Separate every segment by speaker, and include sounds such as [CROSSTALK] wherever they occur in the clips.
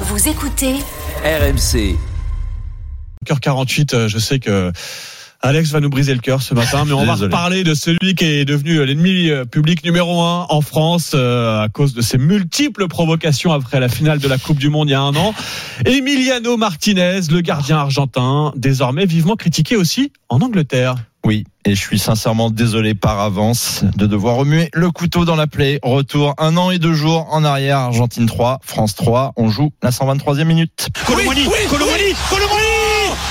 Speaker 1: Vous écoutez
Speaker 2: RMC.
Speaker 3: 48 euh, je sais que Alex va nous briser le cœur ce matin, mais on va
Speaker 4: [LAUGHS] Désolé.
Speaker 3: reparler de celui qui est devenu l'ennemi euh, public numéro un en France euh, à cause de ses multiples provocations après la finale de la Coupe du Monde il y a un an. Emiliano Martinez, le gardien argentin, désormais vivement critiqué aussi en Angleterre.
Speaker 4: Oui, et je suis sincèrement désolé par avance de devoir remuer le couteau dans la plaie. Retour un an et deux jours en arrière, Argentine 3, France 3, on joue la 123e minute.
Speaker 5: Colomani, Colomani, Colomani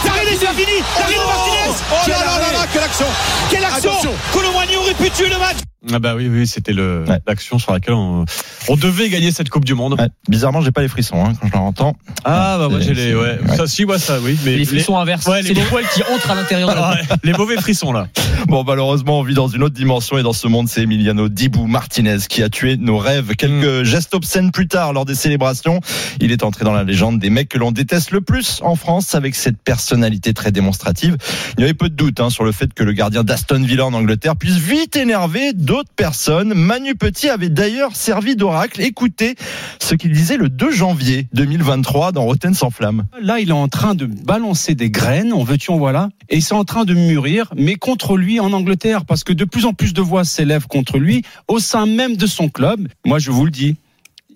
Speaker 5: L'arrêt déjà fini L'arrêt de Martinez
Speaker 6: Oh là là là là, quelle action
Speaker 5: Quelle action
Speaker 6: Attention.
Speaker 5: Colomani aurait pu tuer le match
Speaker 3: Ah bah oui, oui, c'était le-
Speaker 4: Ouais.
Speaker 3: l'action sur laquelle on, on devait gagner cette Coupe du Monde.
Speaker 4: Ouais, bizarrement, j'ai pas les frissons hein, quand je la entends.
Speaker 3: Ah bah moi
Speaker 4: C'est-
Speaker 3: j'ai les...
Speaker 4: c'est-
Speaker 3: Ouais.
Speaker 4: ouais.
Speaker 3: Ça, si, moi ça, oui. Mais
Speaker 7: Les frissons inverses.
Speaker 3: ouais, les
Speaker 7: c'est les poils qui entrent à l'intérieur de la peau.
Speaker 3: [LAUGHS] Ouais, les mauvais frissons là.
Speaker 4: Bon, malheureusement, on vit dans une autre dimension et dans ce monde, c'est Emiliano Dibou Martinez qui a tué nos rêves. Quelques gestes obscènes plus tard lors des célébrations, il est entré dans la légende des mecs que l'on déteste le plus en France avec cette personnalité très démonstrative. Il y avait peu de doute hein, sur le fait que le gardien d'Aston Villa en Angleterre puisse vite énerver d'autres personnes. Manu Petit avait d'ailleurs servi d'oracle. Écoutez ce qu'il disait le 2 janvier 2023 dans Rotten sans flamme.
Speaker 8: Là, il est en train de balancer des graines, on veut tu en voilà, et c'est en train de mûrir, mais contre lui en Angleterre, parce que de plus en plus de voix s'élèvent contre lui au sein même de son club. Moi, je vous le dis,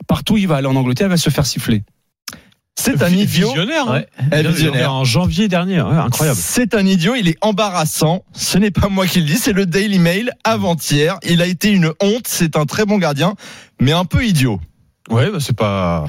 Speaker 8: partout où il va aller en Angleterre, il va se faire siffler.
Speaker 4: C'est un idiot.
Speaker 3: visionnaire. hein.
Speaker 4: Eh, visionnaire.
Speaker 3: En janvier dernier, ouais, incroyable.
Speaker 4: C'est un idiot, il est embarrassant. Ce n'est pas moi qui le dis, c'est le Daily Mail avant-hier. Il a été une honte, c'est un très bon gardien, mais un peu idiot.
Speaker 3: Ouais, bah, c'est pas.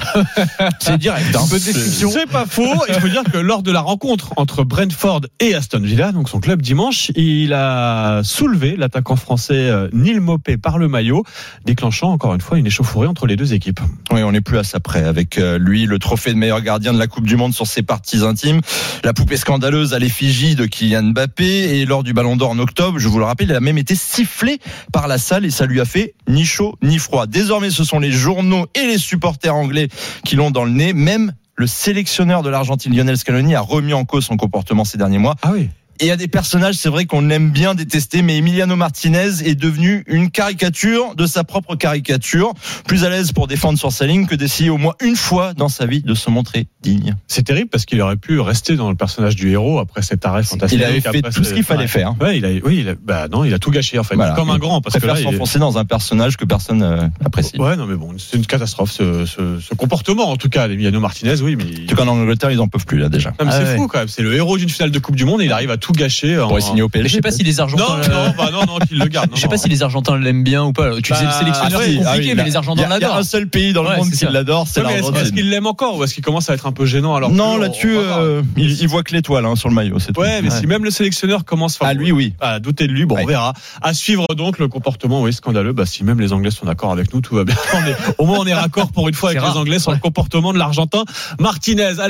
Speaker 4: C'est direct. hein.
Speaker 3: C'est pas faux. Il faut dire que lors de la rencontre entre Brentford et Aston Villa, donc son club dimanche, il a soulevé l'attaquant français euh, Neil Mopé par le maillot, déclenchant encore une fois une échauffourée entre les deux équipes.
Speaker 4: Oui, on n'est plus à ça près. Avec euh, lui, le trophée de meilleur gardien de la Coupe du Monde sur ses parties intimes, la poupée scandaleuse à l'effigie de Kylian Mbappé, et lors du Ballon d'Or en octobre, je vous le rappelle, il a même été sifflé par la salle et ça lui a fait ni chaud ni froid. Désormais, ce sont les journaux et les supporters anglais qui l'ont dans le nez, même le sélectionneur de l'Argentine Lionel Scaloni a remis en cause son comportement ces derniers mois.
Speaker 3: Ah oui.
Speaker 4: Et il y a des personnages, c'est vrai qu'on aime bien détester, mais Emiliano Martinez est devenu une caricature de sa propre caricature, plus à l'aise pour défendre sur sa ligne que d'essayer au moins une fois dans sa vie de se montrer digne.
Speaker 3: C'est terrible parce qu'il aurait pu rester dans le personnage du héros après cet arrêt fantastique.
Speaker 4: Il avait fait
Speaker 3: après
Speaker 4: tout ce
Speaker 3: ce-
Speaker 4: qu'il fallait
Speaker 3: ouais.
Speaker 4: faire.
Speaker 3: Ouais, il a, oui, il a- bah non, il a tout gâché en fait,
Speaker 4: Voilà.
Speaker 3: comme un grand,
Speaker 4: On
Speaker 3: parce que
Speaker 4: préfère
Speaker 3: là, il-
Speaker 4: s'enfoncer dans un personnage que personne euh, n'apprécie.
Speaker 3: ouais, non, mais bon, c'est une catastrophe ce, ce- ce comportement en tout cas, Emiliano Martinez, oui, mais il-
Speaker 4: En tout cas, en Angleterre, ils en peuvent plus là déjà.
Speaker 3: Non, mais
Speaker 7: Ah
Speaker 3: c'est
Speaker 7: ouais.
Speaker 3: fou quand même. C'est le héros d'une finale de Coupe du Monde et il arrive à tout gâcher. en-
Speaker 4: Pour signer au hein.
Speaker 7: Mais Je
Speaker 4: PSG.
Speaker 7: sais pas si les
Speaker 3: Non,
Speaker 7: Argentins. euh,
Speaker 3: non, bah non, non, qu'il le garde. non,
Speaker 7: Je sais pas
Speaker 3: non.
Speaker 7: si les Argentins l'aiment bien ou pas. Tu
Speaker 3: Bah,
Speaker 7: disais le sélectionneur,
Speaker 3: ah
Speaker 7: c'est
Speaker 3: oui,
Speaker 7: compliqué,
Speaker 4: ah oui,
Speaker 7: mais
Speaker 4: là,
Speaker 7: les
Speaker 4: Il y
Speaker 7: Argentins
Speaker 4: a- il y a
Speaker 7: l'adorent.
Speaker 4: un seul pays dans le
Speaker 7: Ouais,
Speaker 4: monde
Speaker 7: c'est
Speaker 4: qui
Speaker 7: ça.
Speaker 4: l'adore, c'est
Speaker 3: Non, mais est-ce est-ce
Speaker 4: l'Argentine.
Speaker 3: qu'il l'aime encore ou est-ce qu'il commence à être un peu gênant alors
Speaker 4: Non,
Speaker 3: que-
Speaker 4: là-dessus,
Speaker 3: on va voir.
Speaker 4: euh, il, il voit que l'étoile hein, sur le maillot, c'est tout.
Speaker 3: Ouais, mais si même le sélectionneur commence enfin,
Speaker 4: Ah, lui, oui.
Speaker 3: à douter de lui, bon,
Speaker 4: Ouais.
Speaker 3: on verra. À suivre donc le comportement, oui, scandaleux. Bah, si même les Anglais sont d'accord [LAUGHS] avec nous, tout va bien. On est- au moins, on est raccord pour une fois
Speaker 7: C'est
Speaker 3: avec les
Speaker 7: rare.
Speaker 3: Anglais sur le comportement de l'Argentin. Martinez, allez.